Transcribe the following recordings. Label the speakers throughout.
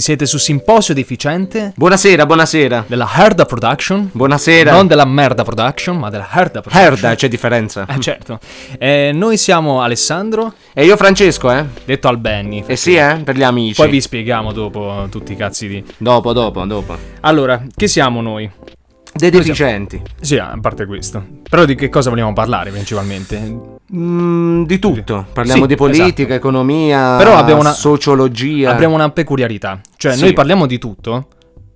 Speaker 1: Siete su Simposio Deficiente
Speaker 2: Buonasera, buonasera.
Speaker 1: della Herda Production.
Speaker 2: Buonasera.
Speaker 1: Non della Merda Production, ma della Herda Production.
Speaker 2: Herda, cioè. c'è differenza.
Speaker 1: Eh, certo. Eh, noi siamo Alessandro,
Speaker 2: E io Francesco, eh?
Speaker 1: detto al Benny.
Speaker 2: Eh sì, eh? Per gli amici.
Speaker 1: Poi vi spieghiamo dopo tutti i cazzi di...
Speaker 2: Dopo, dopo, dopo.
Speaker 1: Allora, che siamo noi?
Speaker 2: Dei deficienti.
Speaker 1: Sì, a parte questo. Però di che cosa vogliamo parlare principalmente?
Speaker 2: Mm, di tutto. Parliamo
Speaker 1: Sì,
Speaker 2: di politica,
Speaker 1: esatto.
Speaker 2: economia,
Speaker 1: Però abbiamo una-
Speaker 2: Ah, sociologia.
Speaker 1: Abbiamo una peculiarità. Cioè,
Speaker 2: Sì.
Speaker 1: noi parliamo di tutto,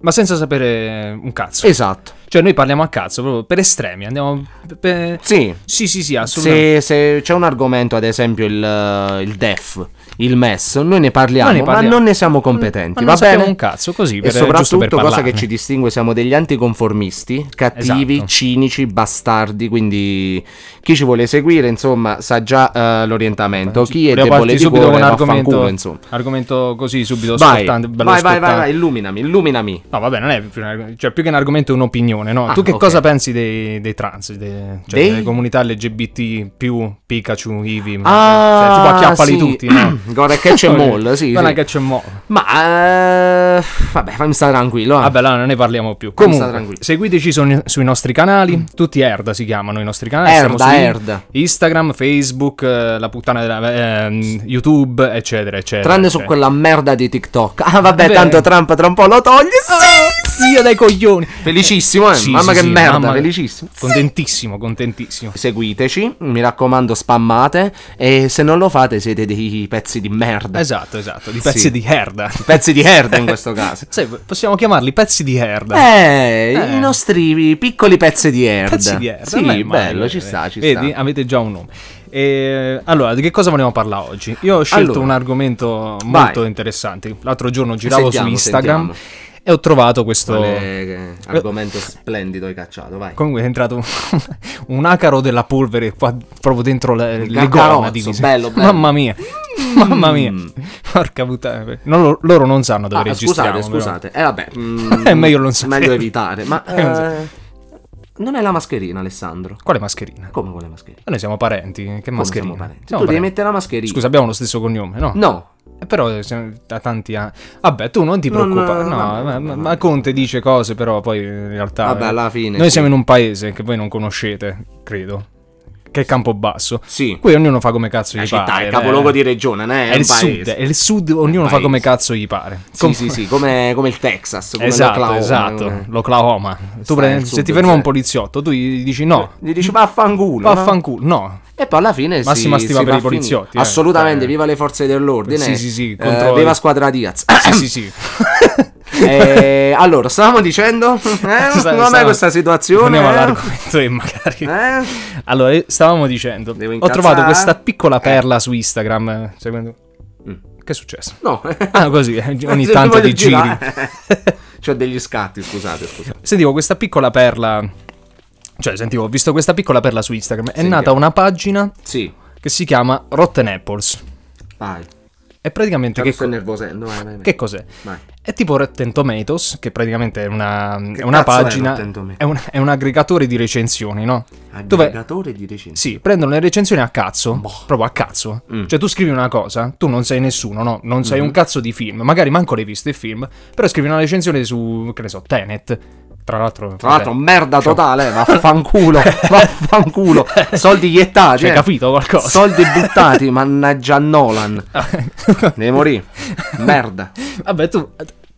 Speaker 1: ma senza sapere un cazzo.
Speaker 2: Esatto.
Speaker 1: Cioè, noi parliamo a cazzo, proprio per estremi. Andiamo... per-
Speaker 2: Sì.
Speaker 1: Sì, sì, sì, assolutamente.
Speaker 2: Se, se c'è un argomento, ad esempio il, eh, il DEF, il MES, noi ne parliamo,
Speaker 1: Noi ne parliamo.
Speaker 2: ma non ne siamo competenti.
Speaker 1: Ma non
Speaker 2: va
Speaker 1: sappiamo
Speaker 2: bene?
Speaker 1: un cazzo, così, per-
Speaker 2: e
Speaker 1: giusto per
Speaker 2: soprattutto, cosa
Speaker 1: parlarne.
Speaker 2: che ci distingue, siamo degli anticonformisti, cattivi,
Speaker 1: Esatto.
Speaker 2: cinici, bastardi. Quindi, chi ci vuole seguire, insomma, sa già eh, l'orientamento. Chi è
Speaker 1: Volevo
Speaker 2: debole
Speaker 1: partirti
Speaker 2: di
Speaker 1: subito
Speaker 2: cuore,
Speaker 1: con un
Speaker 2: vaffanculo,
Speaker 1: argomento,
Speaker 2: insomma.
Speaker 1: argomento così subito
Speaker 2: Vai, vai,
Speaker 1: scottante, bello
Speaker 2: vai, vai,
Speaker 1: scottante.
Speaker 2: vai, illuminami, illuminami.
Speaker 1: No, vabbè, non è più, un argomento- cioè, più che un argomento è un'opinione, no?
Speaker 2: Ah,
Speaker 1: tu che
Speaker 2: ok.
Speaker 1: cosa pensi dei, dei trans, dei- cioè
Speaker 2: Dei?
Speaker 1: delle comunità LGBT più Pikachu, Eevee,
Speaker 2: Ah,
Speaker 1: cioè, tipo acchiappali
Speaker 2: sì.
Speaker 1: tutti, no?
Speaker 2: Guarda, catch and maul, sì,
Speaker 1: Non
Speaker 2: sì.
Speaker 1: è catch and maul.
Speaker 2: Ma eh, vabbè, fammi stare tranquillo. eh.
Speaker 1: Vabbè, là non ne parliamo più.
Speaker 2: Come sta
Speaker 1: Comunque,
Speaker 2: tranquillo.
Speaker 1: seguiteci su- sui nostri canali. Tutti Erda si chiamano i nostri canali.
Speaker 2: Erda,
Speaker 1: Siamo su
Speaker 2: Erda.
Speaker 1: Instagram, Facebook, eh, la puttana della, ehm, YouTube, eccetera, eccetera. cioè.
Speaker 2: Tranne su
Speaker 1: eccetera.
Speaker 2: quella merda di TikTok. Ah, vabbè,
Speaker 1: Beh.
Speaker 2: tanto Trump tra un po' lo toglie. Sì!
Speaker 1: Ah, zia dai coglioni.
Speaker 2: Felicissimo, eh.
Speaker 1: Sì,
Speaker 2: mamma
Speaker 1: sì,
Speaker 2: che
Speaker 1: sì,
Speaker 2: merda,
Speaker 1: mamma-
Speaker 2: felicissimo.
Speaker 1: Contentissimo, contentissimo.
Speaker 2: Seguiteci, mi raccomando, spammate. E se non lo fate, siete dei pezzi di merda.
Speaker 1: Esatto, esatto, di pezzi
Speaker 2: Sì.
Speaker 1: di herda.
Speaker 2: Pezzi di herda in questo caso.
Speaker 1: Sai, possiamo chiamarli pezzi di herda.
Speaker 2: Eh,
Speaker 1: Eh.
Speaker 2: i nostri piccoli pezzi di herda.
Speaker 1: Pezzi di herda.
Speaker 2: Sì,
Speaker 1: non è
Speaker 2: bello,
Speaker 1: male, guarda.
Speaker 2: ci sta, ci
Speaker 1: Vedi,
Speaker 2: sta.
Speaker 1: avete già un nome. E, allora, di che cosa vogliamo parlare oggi? Io ho scelto
Speaker 2: Allora.
Speaker 1: un argomento
Speaker 2: Vai.
Speaker 1: molto interessante. L'altro giorno giravo
Speaker 2: Sentiamo,
Speaker 1: su Instagram
Speaker 2: sentiamo.
Speaker 1: e ho trovato questo...
Speaker 2: Quale eh,
Speaker 1: Eh.
Speaker 2: argomento splendido hai cacciato, vai.
Speaker 1: Comunque è entrato un- un acaro della polvere qua proprio dentro le, le
Speaker 2: cacarozzo,
Speaker 1: corna divise.
Speaker 2: bello, bello. Mm.
Speaker 1: Mamma mia. Mamma mia. Porca puttana. Non lo- loro non sanno dove
Speaker 2: Ah,
Speaker 1: registriamo.
Speaker 2: scusate,
Speaker 1: però.
Speaker 2: scusate. Eh vabbè, mm,
Speaker 1: È meglio non sapere.
Speaker 2: meglio evitare, ma
Speaker 1: Eh, non so.
Speaker 2: eh, non è la mascherina, Alessandro.
Speaker 1: Quale mascherina?
Speaker 2: Come quella mascherina?
Speaker 1: Noi siamo parenti, che mascherina?
Speaker 2: siamo parenti?
Speaker 1: Siamo
Speaker 2: Cioè, tu devi
Speaker 1: parenti.
Speaker 2: mettere la mascherina.
Speaker 1: Scusa, abbiamo lo stesso cognome, no?
Speaker 2: No,
Speaker 1: Eh, Però siamo da tanti anni. Vabbè, tu non ti
Speaker 2: Non,
Speaker 1: preoccupare.
Speaker 2: eh,
Speaker 1: No,
Speaker 2: vabbè,
Speaker 1: ma,
Speaker 2: vabbè.
Speaker 1: ma Conte dice cose, però poi in realtà.
Speaker 2: Vabbè,
Speaker 1: eh,
Speaker 2: alla fine
Speaker 1: Noi
Speaker 2: sì.
Speaker 1: siamo in un paese che voi non conoscete, credo. Che è Campobasso.
Speaker 2: Sì.
Speaker 1: Qui ognuno fa come cazzo
Speaker 2: La
Speaker 1: gli
Speaker 2: città
Speaker 1: pare.
Speaker 2: è il
Speaker 1: beh.
Speaker 2: capoluogo di regione, non è,
Speaker 1: È
Speaker 2: un
Speaker 1: il
Speaker 2: paese.
Speaker 1: sud, è il sud, ognuno fa
Speaker 2: paese.
Speaker 1: come cazzo gli pare.
Speaker 2: Sì,
Speaker 1: Com-
Speaker 2: sì, sì, come, come il Texas, come
Speaker 1: Esatto,
Speaker 2: l'Oklahoma,
Speaker 1: esatto.
Speaker 2: come-
Speaker 1: L'Oklahoma. Tu
Speaker 2: Sta
Speaker 1: prendi-
Speaker 2: nel
Speaker 1: se
Speaker 2: sud,
Speaker 1: ti ferma
Speaker 2: sì.
Speaker 1: un poliziotto, tu gli dici no.
Speaker 2: Gli dici vaffanculo. no?"
Speaker 1: Vaffanculo. No.
Speaker 2: E poi alla fine si-
Speaker 1: Massima
Speaker 2: si
Speaker 1: stima
Speaker 2: va
Speaker 1: per i
Speaker 2: a finire.
Speaker 1: poliziotti, eh.
Speaker 2: Assolutamente,
Speaker 1: Eh.
Speaker 2: viva le forze dell'ordine.
Speaker 1: Sì, sì, sì,
Speaker 2: Eh,
Speaker 1: contro-
Speaker 2: viva squadra Diaz.
Speaker 1: Sì, sì, sì.
Speaker 2: Eh, allora, stavamo dicendo, eh,
Speaker 1: Sta-
Speaker 2: com'è
Speaker 1: sta-
Speaker 2: questa situazione?
Speaker 1: Torniamo
Speaker 2: eh?
Speaker 1: all'argomento e magari...
Speaker 2: Eh?
Speaker 1: Allora, eh, stavamo dicendo,
Speaker 2: Devo
Speaker 1: ho
Speaker 2: incazzare? Eh.
Speaker 1: trovato questa piccola perla su Instagram. eh, Secondo... Che è successo?
Speaker 2: Mm. No.
Speaker 1: Ah, così, eh, ogni
Speaker 2: Se
Speaker 1: tanto
Speaker 2: voglio
Speaker 1: ti giri.
Speaker 2: girare. C'ho degli scatti, scusate, scusate.
Speaker 1: Sentivo questa piccola perla... Cioè, sentivo, ho visto questa piccola perla su Instagram. È
Speaker 2: Sentiamo.
Speaker 1: nata una pagina
Speaker 2: Sì,
Speaker 1: che si chiama Rotten Apples.
Speaker 2: vai.
Speaker 1: E praticamente
Speaker 2: Che
Speaker 1: Cioè, che,
Speaker 2: sto nervosendo, eh, vai, vai, vai.
Speaker 1: che cos'è?
Speaker 2: Vai.
Speaker 1: È tipo Rotten Tomatoes, che praticamente è una,
Speaker 2: Che
Speaker 1: è una
Speaker 2: cazzo è
Speaker 1: pagina.
Speaker 2: Rotten Tomatoes?
Speaker 1: È un, è un aggregatore di recensioni, no? Dove
Speaker 2: Aggregatore di recensioni.
Speaker 1: sì, prendono le recensioni a cazzo. Proprio a cazzo.
Speaker 2: Boh. Mm. Mm-hmm.
Speaker 1: Cioè, tu scrivi una cosa, tu non sei nessuno, no? Non sei un cazzo di film. Magari manco l'hai visto il film. Però scrivi una recensione su, che ne so, Tenet. Tra l'altro.
Speaker 2: Tra l'altro,
Speaker 1: vabbè,
Speaker 2: merda
Speaker 1: cioè-
Speaker 2: totale, eh, vaffanculo, vaffanculo. Soldi iettati.
Speaker 1: Cioè,
Speaker 2: eh.
Speaker 1: hai capito qualcosa?
Speaker 2: Soldi buttati, mannaggia Nolan. Devi morire. Merda.
Speaker 1: Vabbè, tu.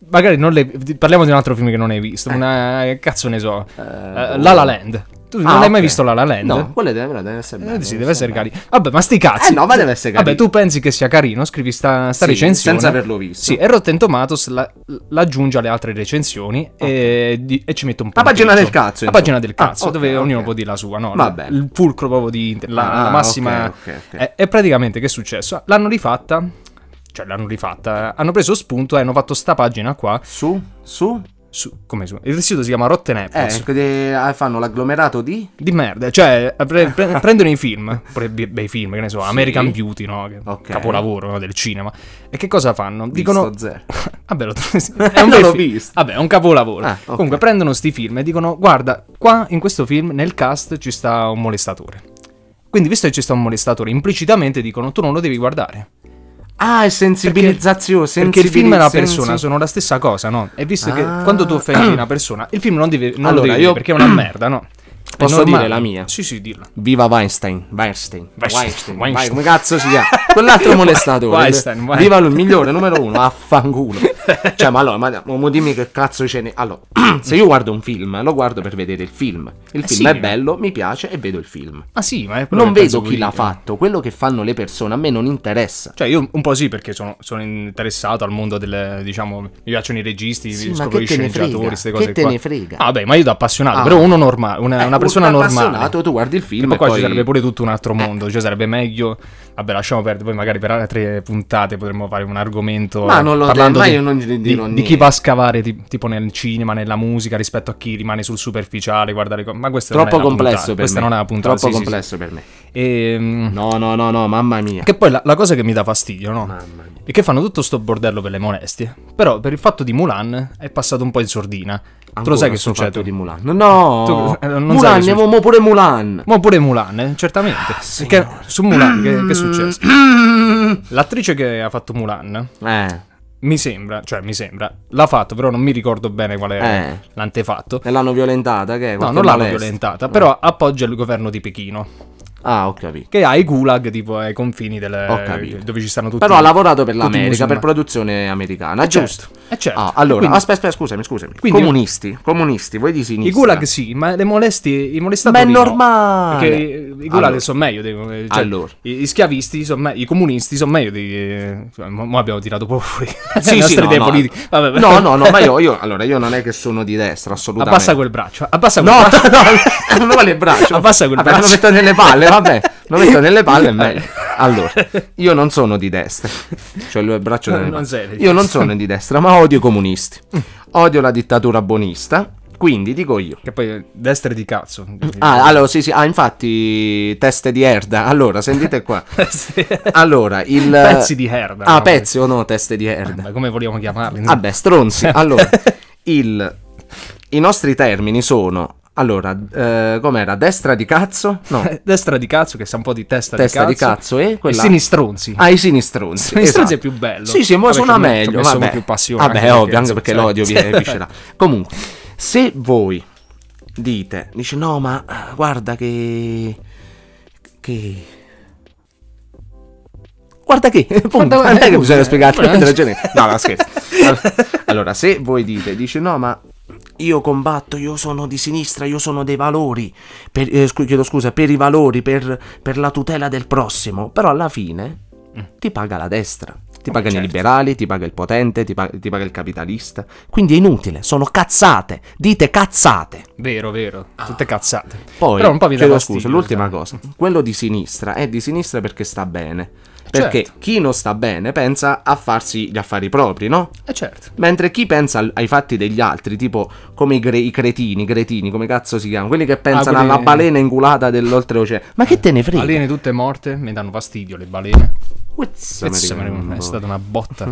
Speaker 1: Magari non le. Parliamo di un altro film che non hai
Speaker 2: Eh.
Speaker 1: visto. Una. Cazzo ne so. Eh, La La Land. Tu non
Speaker 2: boh. Ah,
Speaker 1: hai mai
Speaker 2: ok.
Speaker 1: visto La La Land?
Speaker 2: No, quello deve, deve essere bello.
Speaker 1: Eh, sì, deve essere carino. Vabbè, ma sti cazzi.
Speaker 2: Eh no, ma deve essere
Speaker 1: Vabbè,
Speaker 2: carino.
Speaker 1: tu pensi che sia carino, scrivi sta, sta
Speaker 2: Sì,
Speaker 1: recensione.
Speaker 2: senza averlo visto.
Speaker 1: Sì, e Rotten Tomatoes la- l'aggiunge alle altre recensioni e, di- e ci mette un po'.
Speaker 2: La pagina del cazzo,
Speaker 1: La
Speaker 2: insomma.
Speaker 1: pagina del cazzo,
Speaker 2: Ah, ok,
Speaker 1: dove
Speaker 2: ok.
Speaker 1: ognuno può dire la sua, no?
Speaker 2: Va bene.
Speaker 1: Il fulcro proprio di. La, la
Speaker 2: Ah,
Speaker 1: massima.
Speaker 2: ok, ok, ok.
Speaker 1: Eh, E, e praticamente che è successo? L'hanno rifatta. Cioè, l'hanno rifatta. Hanno preso spunto e hanno fatto sta pagina qua.
Speaker 2: Su, su.
Speaker 1: Su, come su? Il sito si chiama Rotten
Speaker 2: Eh,
Speaker 1: Apples.
Speaker 2: de- ah, fanno l'agglomerato di.
Speaker 1: Di merda, cioè pre- pre- prendono i film, pure be- bei film, che ne so, American Beauty, no? Che
Speaker 2: Ok.
Speaker 1: Capolavoro no, del cinema. E che cosa fanno? Dicono...
Speaker 2: Visto zero.
Speaker 1: Vabbè, lo- è un
Speaker 2: Non
Speaker 1: bel
Speaker 2: l'ho
Speaker 1: film.
Speaker 2: visto.
Speaker 1: Vabbè, è un capolavoro.
Speaker 2: Ah, ok.
Speaker 1: Comunque prendono sti film e dicono, guarda, qua in questo film nel cast ci sta un molestatore. Quindi visto che ci sta un molestatore, implicitamente dicono, tu non lo devi guardare.
Speaker 2: Ah, è sensibilizzazione.
Speaker 1: Perché il film e la persona
Speaker 2: sensi-
Speaker 1: sono la stessa cosa, no? E visto che
Speaker 2: Ah.
Speaker 1: quando tu offendi una persona, il film non, deve, non lo
Speaker 2: Allora,
Speaker 1: devi
Speaker 2: io-
Speaker 1: dire perché è una merda, no? È
Speaker 2: Posso
Speaker 1: normale.
Speaker 2: dire la mia?
Speaker 1: Sì, sì, dirla.
Speaker 2: Viva Weinstein. Weinstein.
Speaker 1: Weinstein,
Speaker 2: Weinstein.
Speaker 1: Weinstein.
Speaker 2: Vai, come cazzo si chiama? Quell'altro molestatore.
Speaker 1: Weinstein, Weinstein.
Speaker 2: Viva lui, il migliore, numero uno. Affanculo. Cioè, ma allora, ma, ma dimmi che cazzo c'è. ne- Allora, se io guardo un film, lo guardo per vedere il film. Il
Speaker 1: Eh
Speaker 2: film
Speaker 1: sì.
Speaker 2: è bello, mi piace e vedo il film.
Speaker 1: Ah sì, ma è quello
Speaker 2: Non
Speaker 1: che penso
Speaker 2: vedo chi
Speaker 1: pure
Speaker 2: l'ha
Speaker 1: io.
Speaker 2: fatto, quello che fanno le persone, a me non interessa.
Speaker 1: Cioè, io un po' sì, perché sono, sono interessato al mondo del, diciamo, mi piacciono i registi,
Speaker 2: Sì, ma
Speaker 1: scopro
Speaker 2: che
Speaker 1: gli
Speaker 2: te ne
Speaker 1: sceneggiatori,
Speaker 2: frega?
Speaker 1: queste
Speaker 2: Che
Speaker 1: cose
Speaker 2: te
Speaker 1: qua.
Speaker 2: ne frega?
Speaker 1: Ah, vabbè, ma io da appassionato,
Speaker 2: Ah.
Speaker 1: però uno normale, una,
Speaker 2: Eh,
Speaker 1: una persona
Speaker 2: un
Speaker 1: normale.
Speaker 2: appassionato, tu guardi il film
Speaker 1: E poi
Speaker 2: e
Speaker 1: qua
Speaker 2: poi- Eh.
Speaker 1: ci sarebbe pure tutto un altro mondo, cioè sarebbe meglio... Vabbè, lasciamo perdere, poi magari per altre puntate potremmo fare un argomento eh,
Speaker 2: Ma non lo-
Speaker 1: parlando
Speaker 2: ma
Speaker 1: di,
Speaker 2: io non gli
Speaker 1: di-
Speaker 2: dirò
Speaker 1: di
Speaker 2: niente.
Speaker 1: chi va a scavare ti- tipo nel cinema, nella musica, rispetto a chi rimane sul superficiale, guardare... co- Ma questo non
Speaker 2: Troppo
Speaker 1: è la puntata,
Speaker 2: complesso per
Speaker 1: questa
Speaker 2: me.
Speaker 1: non è la puntata,
Speaker 2: Troppo
Speaker 1: sì, sì, sì.
Speaker 2: complesso per me.
Speaker 1: Ehm,
Speaker 2: No, no, no, no, mamma mia.
Speaker 1: Che poi la, la cosa che mi dà fastidio, no?
Speaker 2: Mamma mia.
Speaker 1: E che fanno tutto sto bordello per le molestie. Però per il fatto di Mulan è passato un po' in sordina. tu lo sai
Speaker 2: Ancora
Speaker 1: che
Speaker 2: sto
Speaker 1: succede?
Speaker 2: fatto di Mulan. No,
Speaker 1: Tu- eh, non sai che
Speaker 2: Mulan,
Speaker 1: succede.
Speaker 2: mo- mo pure Mulan.
Speaker 1: Ma pure Mulan, eh, certamente.
Speaker 2: Ah,
Speaker 1: Perché su Mulan che,
Speaker 2: Mm.
Speaker 1: che è successo? Mm. L'attrice che ha fatto Mulan,
Speaker 2: Eh,
Speaker 1: mi sembra, cioè mi sembra, l'ha fatto, però non mi ricordo bene qual è
Speaker 2: Eh.
Speaker 1: l'antefatto.
Speaker 2: e l'hanno violentata, che è?
Speaker 1: No,
Speaker 2: Qualche
Speaker 1: non l'hanno
Speaker 2: molestia?
Speaker 1: violentata, però appoggia il governo di Pechino,
Speaker 2: Ah, ho capito.
Speaker 1: che ha i gulag tipo ai confini
Speaker 2: Ho
Speaker 1: del...
Speaker 2: capito.
Speaker 1: dove ci stanno tutti
Speaker 2: Però ha lavorato per
Speaker 1: tutti i
Speaker 2: l'America, per
Speaker 1: musulmani.
Speaker 2: produzione americana, giusto?
Speaker 1: certo, eh, certo.
Speaker 2: Ah, allora,
Speaker 1: Quindi-
Speaker 2: aspetta, aspetta, scusami, scusami.
Speaker 1: Quindi-
Speaker 2: comunisti, comunisti, voi di sinistra.
Speaker 1: I gulag sì, ma le molestie, i molestatori
Speaker 2: Ma è
Speaker 1: no.
Speaker 2: normale.
Speaker 1: Perché i gulag
Speaker 2: Allora.
Speaker 1: sono meglio dei, cioè,
Speaker 2: Allora.
Speaker 1: i, i schiavisti sono meglio, i comunisti sono meglio dei cioè, mo, mo abbiamo tirato po' fuori
Speaker 2: Sì,
Speaker 1: le
Speaker 2: sì,
Speaker 1: nostre
Speaker 2: no,
Speaker 1: idee
Speaker 2: no.
Speaker 1: politiche. Vabbè,
Speaker 2: No, no, no, ma io, io- allora, io non è che sono di destra, assolutamente.
Speaker 1: abbassa quel braccio, abbassa quel
Speaker 2: No,
Speaker 1: braccio.
Speaker 2: no, no, non vale il braccio.
Speaker 1: Abbassa quel
Speaker 2: Vabbè,
Speaker 1: Ah, braccio.
Speaker 2: Lo metto nelle palle, vabbè. Lo metto nelle palle è meglio. Allora, io non sono di destra. Cioè, il braccio
Speaker 1: No,
Speaker 2: nelle
Speaker 1: non
Speaker 2: palle.
Speaker 1: sei di Mm.
Speaker 2: Io non sono di destra, ma odio i comunisti. Odio la dittatura bonista. Quindi dico io.
Speaker 1: Che poi eh, destra di cazzo.
Speaker 2: Ah, allora, sì, sì. Ah, infatti, teste di erda. Allora, sentite qua. Allora, il.
Speaker 1: Pezzi di erda,
Speaker 2: Ah,
Speaker 1: no,
Speaker 2: pezzi o no, teste di erda.
Speaker 1: Ma come vogliamo chiamarli?
Speaker 2: Vabbè, stronzi. Allora, il- i nostri termini sono. Allora, eh, com'era? Destra di cazzo? No,
Speaker 1: Destra di cazzo che sa un po' di testa,
Speaker 2: testa
Speaker 1: di
Speaker 2: di
Speaker 1: cazzo.
Speaker 2: cazzo e quella.
Speaker 1: sinistronzi.
Speaker 2: Ah, i sinistronzi.
Speaker 1: Sinistronzi
Speaker 2: esatto.
Speaker 1: è più bello.
Speaker 2: Sì, sì, ma
Speaker 1: Vabbè, ci
Speaker 2: suona
Speaker 1: ho messo- ci ho
Speaker 2: meglio.
Speaker 1: messo
Speaker 2: Vabbè,
Speaker 1: più passione,
Speaker 2: vabbè
Speaker 1: anche perché,
Speaker 2: ovvio, anche perché
Speaker 1: insomma,
Speaker 2: l'odio vi
Speaker 1: cioè-
Speaker 2: viscerà. Comunque, se voi dite, dice no, ma eh, guarda che. che. Guarda che, punto.
Speaker 1: Guarda, guarda,
Speaker 2: non è che
Speaker 1: punto.
Speaker 2: bisogna spiegarti
Speaker 1: Eh,
Speaker 2: la gente. No, no, scherzo. Allora- Allora, se voi dite, dice no, ma io combatto, io sono di sinistra, io sono dei valori, per- eh, scu- chiedo scusa, per i valori, per, per la tutela del prossimo, però alla fine ti paga la destra, ti
Speaker 1: Vabbè,
Speaker 2: pagano i
Speaker 1: certo.
Speaker 2: liberali, ti paga il potente, ti pa- ti paga, il capitalista, quindi è inutile, sono cazzate, dite cazzate.
Speaker 1: Vero, vero. Tutte cazzate.
Speaker 2: Ah. Poi,
Speaker 1: Però un po' mi dà
Speaker 2: chiedo
Speaker 1: fastidio, esatto.
Speaker 2: scusa, l'ultima
Speaker 1: sai.
Speaker 2: cosa, quello di sinistra è di sinistra perché sta bene, perché
Speaker 1: Certo.
Speaker 2: chi non sta bene pensa a farsi gli affari propri, no?
Speaker 1: Eh certo.
Speaker 2: Mentre chi pensa al- ai fatti degli altri, tipo come i, gre- i cretini, i cretini, come cazzo si chiamano, quelli che pensano
Speaker 1: Ah, quelli-
Speaker 2: alla balena ingulata dell'oltreoceano, ma che te ne frega?
Speaker 1: Balene tutte morte, mi danno fastidio le balene.
Speaker 2: Uzz,
Speaker 1: Pezzo,
Speaker 2: americano.
Speaker 1: È stata una botta.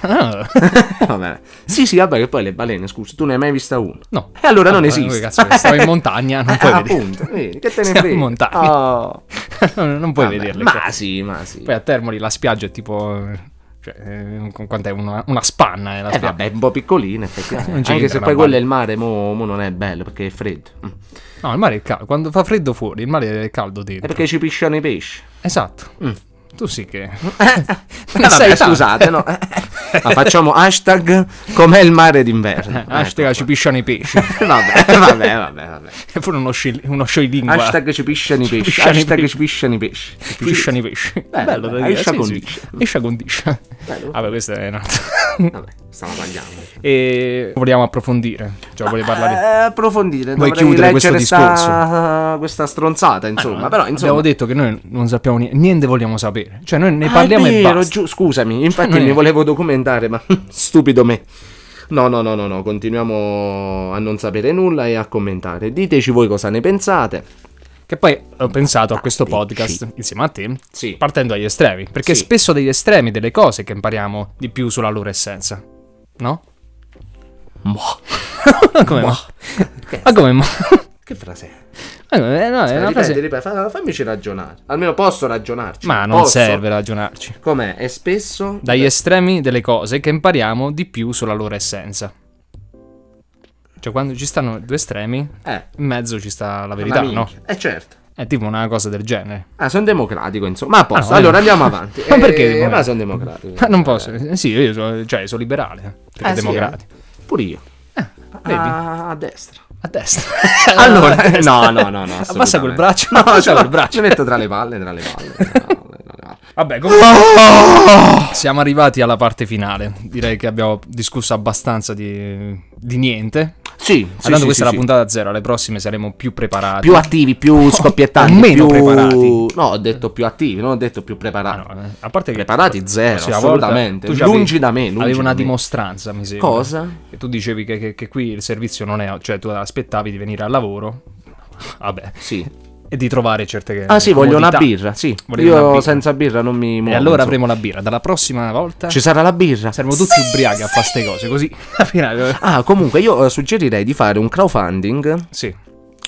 Speaker 1: Ah.
Speaker 2: Vabbè. Sì, sì, vabbè, che poi le balene, scusa, tu ne hai mai vista una?
Speaker 1: No.
Speaker 2: E allora non
Speaker 1: Allora,
Speaker 2: esiste.
Speaker 1: che cazzo, che stavo in montagna, non
Speaker 2: Eh,
Speaker 1: puoi vedere.
Speaker 2: appunto, vedi, che te ne
Speaker 1: Siamo
Speaker 2: frega?
Speaker 1: in montagna.
Speaker 2: Oh.
Speaker 1: non puoi
Speaker 2: Vabbè,
Speaker 1: vederle.
Speaker 2: Ma
Speaker 1: cioè.
Speaker 2: sì, ma sì.
Speaker 1: Poi a Termoli la spiaggia è tipo... Cioè, eh, con- quant'è? Una, una spanna eh, la
Speaker 2: Eh
Speaker 1: spiaggia.
Speaker 2: vabbè, un po' piccolina effettivamente.
Speaker 1: Non ci
Speaker 2: Anche
Speaker 1: entra
Speaker 2: se
Speaker 1: la
Speaker 2: poi
Speaker 1: balena.
Speaker 2: quello è il mare, mo, mo non è bello perché è freddo. Mm.
Speaker 1: No, il mare è caldo. Quando fa freddo fuori, il mare è caldo
Speaker 2: È
Speaker 1: dentro.
Speaker 2: perché ci pisciano i pesci.
Speaker 1: Esatto.
Speaker 2: Eh, Mm.
Speaker 1: Tu sì che...
Speaker 2: Eh,
Speaker 1: Ne sai
Speaker 2: vabbè,
Speaker 1: tanto.
Speaker 2: scusate, no. eh, Ma facciamo hashtag com'è il mare d'inverno.
Speaker 1: Hashtag
Speaker 2: Ecco
Speaker 1: ci pisciano i pesci.
Speaker 2: qua. vabbè, vabbè, vabbè, vabbè.
Speaker 1: E pure uno, sci- uno scioglilingua.
Speaker 2: Hashtag ci pisciano i
Speaker 1: Ci
Speaker 2: pesci.
Speaker 1: pisciano i
Speaker 2: Hashtag
Speaker 1: pesci.
Speaker 2: ci pisciano i pesci.
Speaker 1: Ci pisciano i pesci. Bello da
Speaker 2: bello,
Speaker 1: dire.
Speaker 2: escia
Speaker 1: sì,
Speaker 2: con
Speaker 1: sì.
Speaker 2: liscia.
Speaker 1: Escia con liscia.
Speaker 2: Bello.
Speaker 1: Vabbè, questo è un altro.
Speaker 2: Vabbè, stiamo tagliando.
Speaker 1: e vogliamo approfondire. Cioè, volevi parlare.
Speaker 2: Eh, approfondire,
Speaker 1: Vuoi
Speaker 2: dovrei
Speaker 1: chiudere questo
Speaker 2: leggere sta- questa stronzata, insomma. però,
Speaker 1: Abbiamo
Speaker 2: insomma,
Speaker 1: detto che noi non sappiamo niente, niente vogliamo sapere. Cioè, noi ne
Speaker 2: Ah, è
Speaker 1: parliamo e
Speaker 2: vero,
Speaker 1: basta.
Speaker 2: giu- scusami, infatti
Speaker 1: Cioè, noi-
Speaker 2: mi volevo documentare, ma stupido me. No, no, no, no, no, continuiamo a non sapere nulla e a commentare. Diteci voi cosa ne pensate.
Speaker 1: Che poi ho pensato a questo
Speaker 2: Dici.
Speaker 1: podcast insieme a te,
Speaker 2: Sì.
Speaker 1: partendo dagli estremi. Perché
Speaker 2: Sì.
Speaker 1: spesso degli estremi delle cose che impariamo di più sulla loro essenza. No?
Speaker 2: Mo.
Speaker 1: come
Speaker 2: Mo.
Speaker 1: ma? Ma come ma?
Speaker 2: Che frase è?
Speaker 1: Eh, no, è una
Speaker 2: Aspetta,
Speaker 1: frase-
Speaker 2: ripeti, ripeti, fa- fammici ragionare. Almeno posso ragionarci.
Speaker 1: Ma non
Speaker 2: Posso.
Speaker 1: serve ragionarci.
Speaker 2: Com'è? È spesso. Eh.
Speaker 1: Dagli estremi delle cose che impariamo di più sulla loro essenza. Cioè, quando ci stanno due estremi, in
Speaker 2: Eh.
Speaker 1: mezzo ci sta la verità, no?
Speaker 2: Eh certo.
Speaker 1: È tipo una cosa del genere.
Speaker 2: Ah, sono democratico, insomma. Ma a posto.
Speaker 1: Ah, no,
Speaker 2: allora
Speaker 1: eh.
Speaker 2: andiamo avanti.
Speaker 1: Ma perché
Speaker 2: Eh,
Speaker 1: democratico?
Speaker 2: ma sono democratico.
Speaker 1: Ma non posso. eh, Sì, io sono, cioè, sono liberale. Perché
Speaker 2: Eh, sì, Ah.
Speaker 1: democratico.
Speaker 2: eh. Pure io.
Speaker 1: Vedi?
Speaker 2: A, a destra.
Speaker 1: A destra.
Speaker 2: Allora,
Speaker 1: A destra.
Speaker 2: Eh, no, no, no, no.
Speaker 1: Abbassa quel
Speaker 2: assolutamente.
Speaker 1: braccio.
Speaker 2: No,
Speaker 1: abbassa
Speaker 2: no,
Speaker 1: quel braccio.
Speaker 2: Mi metto tra le palle, tra le palle. tra le palle, tra le palle.
Speaker 1: Vabbè, comunque. Siamo arrivati alla parte finale. Direi che abbiamo discusso abbastanza di, di niente.
Speaker 2: Sì, sì,
Speaker 1: Tanto questa
Speaker 2: sì, sì,
Speaker 1: è
Speaker 2: sì.
Speaker 1: la puntata zero. Alle prossime saremo più preparati.
Speaker 2: Più attivi, più scoppiettanti,
Speaker 1: meno
Speaker 2: più...
Speaker 1: preparati.
Speaker 2: No, ho detto più attivi, non ho detto più preparati.
Speaker 1: Ah, no, eh, a parte che
Speaker 2: Preparati zero,
Speaker 1: prossima volta
Speaker 2: assolutamente.
Speaker 1: tu ci
Speaker 2: Lungi
Speaker 1: avevi-
Speaker 2: da me, lungi
Speaker 1: avevi una
Speaker 2: da me.
Speaker 1: dimostranza, mi sembra.
Speaker 2: Cosa?
Speaker 1: E tu dicevi che, che- che qui il servizio non è, cioè tu aspettavi di venire al lavoro. Vabbè,
Speaker 2: Sì.
Speaker 1: e di trovare certe
Speaker 2: Ah sì, voglio una
Speaker 1: Eh, comodità.
Speaker 2: birra, sì.
Speaker 1: Volevi
Speaker 2: Io
Speaker 1: una birra.
Speaker 2: senza birra non mi muovo.
Speaker 1: E allora
Speaker 2: insomma.
Speaker 1: avremo la birra. Dalla prossima volta
Speaker 2: Ci sarà la birra?
Speaker 1: saremo tutti ubriachi a fare ste cose, così alla fine-
Speaker 2: Ah, comunque io eh, suggerirei di fare un crowdfunding
Speaker 1: Sì.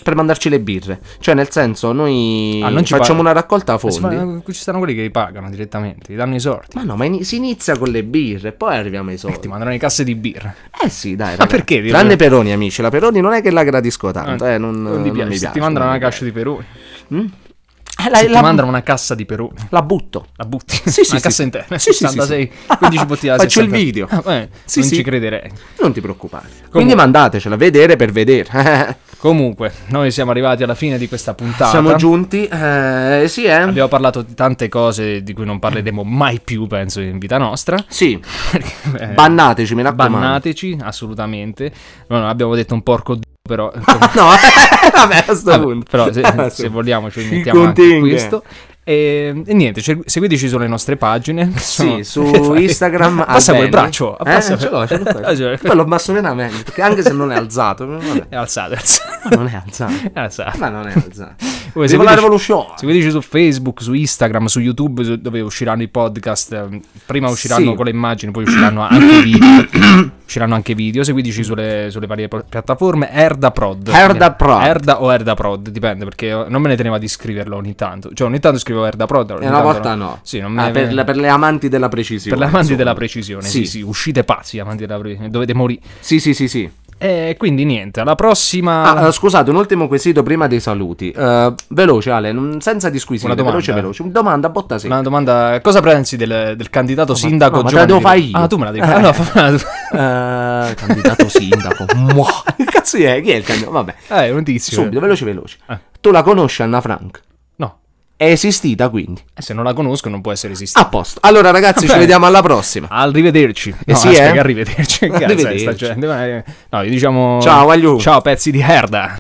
Speaker 2: per mandarci le birre. Cioè, nel senso, noi
Speaker 1: Ah, non ci
Speaker 2: facciamo
Speaker 1: par-
Speaker 2: una raccolta
Speaker 1: Ma si fa- eh,
Speaker 2: fondi.
Speaker 1: Ci stanno quelli che li pagano direttamente, gli danno i soldi.
Speaker 2: Ma no, ma in- si inizia con le birre, poi arriviamo ai
Speaker 1: Ti
Speaker 2: soldi.
Speaker 1: mandano le casse di birra.
Speaker 2: Eh sì, dai.
Speaker 1: Ma
Speaker 2: ragazzi.
Speaker 1: perché dire-
Speaker 2: Tranne Peroni, amici. La Peroni non è che la gradisco tanto. Eh, non,
Speaker 1: ti
Speaker 2: non
Speaker 1: piace.
Speaker 2: mi
Speaker 1: Se
Speaker 2: piace.
Speaker 1: ti mandano
Speaker 2: non
Speaker 1: una
Speaker 2: mi
Speaker 1: cassa di peroni.
Speaker 2: piace. Mm? Eh, la,
Speaker 1: Se ti
Speaker 2: la-
Speaker 1: mandano una cassa di peroni.
Speaker 2: la butto.
Speaker 1: La butti?
Speaker 2: Sì, sì,
Speaker 1: una
Speaker 2: sì.
Speaker 1: cassa interna.
Speaker 2: Sì, sì, sì,
Speaker 1: 66,
Speaker 2: sì.
Speaker 1: 15 bottiglie alla
Speaker 2: Faccio il
Speaker 1: 60.
Speaker 2: video.
Speaker 1: Ah, beh,
Speaker 2: Sì,
Speaker 1: non
Speaker 2: sì.
Speaker 1: ci crederei.
Speaker 2: Non ti preoccupare. Quindi mandatecela, vedere per vedere.
Speaker 1: Comunque, noi siamo arrivati alla fine di questa puntata.
Speaker 2: Siamo giunti. Eh, sì, eh.
Speaker 1: Abbiamo parlato di tante cose di cui non parleremo mai più, penso, in vita nostra.
Speaker 2: Sì.
Speaker 1: Perché, eh,
Speaker 2: Bannateci, me la
Speaker 1: Bannateci, assolutamente. No, no, abbiamo detto un porco d***o, però...
Speaker 2: Ah, No, vabbè, a sto
Speaker 1: Vabbè,
Speaker 2: punto. Ah,
Speaker 1: Però se, se vogliamo ci mettiamo anche
Speaker 2: contenga.
Speaker 1: questo. Ehm, E, e niente, cer- seguiteci sulle nostre pagine. che sono-
Speaker 2: su Instagram
Speaker 1: Passa quel
Speaker 2: Albeni.
Speaker 1: braccio.
Speaker 2: Eh,
Speaker 1: passa-
Speaker 2: ce l'ho, ce l'ho qua.
Speaker 1: Ah, ce l'ho.
Speaker 2: Poi l'ho messo nella mente, perché anche se non è alzato, ma vabbè,
Speaker 1: È alzato, è alzato.
Speaker 2: ma non è alzato.
Speaker 1: È alzato.
Speaker 2: Ma non è alzato.
Speaker 1: Voi
Speaker 2: Viva la
Speaker 1: seguiteci-
Speaker 2: rivoluzione.
Speaker 1: Seguiteci su Facebook, su Instagram, su YouTube, su- dove usciranno i podcast. ehm, Prima usciranno
Speaker 2: Sì.
Speaker 1: con le immagini, poi usciranno anche i video. usciranno anche i video. Seguiteci sulle, sulle varie pro- piattaforme. Erda Prod.
Speaker 2: Erda Prod.
Speaker 1: Erda o Erda Prod, dipende, perché io non me ne tenevo di scriverlo ogni tanto. Cioè, ogni tanto scrivo Erda Prod. ogni
Speaker 2: E una
Speaker 1: tanto
Speaker 2: volta no.
Speaker 1: Sì, non
Speaker 2: Ah,
Speaker 1: me-
Speaker 2: per, per le amanti della precisione.
Speaker 1: per l'amanti
Speaker 2: insomma.
Speaker 1: della precisione. Sì. sì, uscite pazzi, amanti della precisione. Dovete morire.
Speaker 2: Sì, sì, sì, sì.
Speaker 1: E quindi niente, alla prossima.
Speaker 2: Ah, eh, scusate, un ultimo quesito prima dei saluti. Eh, veloce, Ale, non- senza disquisizione.
Speaker 1: Una domanda.
Speaker 2: Veloce, veloce. Una domanda, botta Ah, sì.
Speaker 1: Una domanda, cosa pensi del, del candidato sindaco
Speaker 2: no, ma te
Speaker 1: Giovanni
Speaker 2: la devo
Speaker 1: Di-
Speaker 2: fare io.
Speaker 1: Ah, tu me la devi
Speaker 2: Eh.
Speaker 1: fare. Allora, fammela tu.
Speaker 2: Eh, candidato sindaco. Mua. Che cazzo è? Chi è il candidato? Vabbè.
Speaker 1: Eh, un tizio.
Speaker 2: Subito, veloce, veloce.
Speaker 1: Eh.
Speaker 2: Tu la conosci Anna Frank?
Speaker 1: No,
Speaker 2: È esistita quindi.
Speaker 1: eh, se non la conosco non può essere esistita.
Speaker 2: A posto. Allora ragazzi, ci
Speaker 1: Vabbè.
Speaker 2: vediamo alla prossima.
Speaker 1: Arrivederci. No,
Speaker 2: sì,
Speaker 1: aspetta,
Speaker 2: eh?
Speaker 1: arrivederci. Che cazzo è sta
Speaker 2: Arrivederci.
Speaker 1: gente? Ma, eh, No, diciamo
Speaker 2: Ciao, aglio.
Speaker 1: Ciao, pezzi di herda.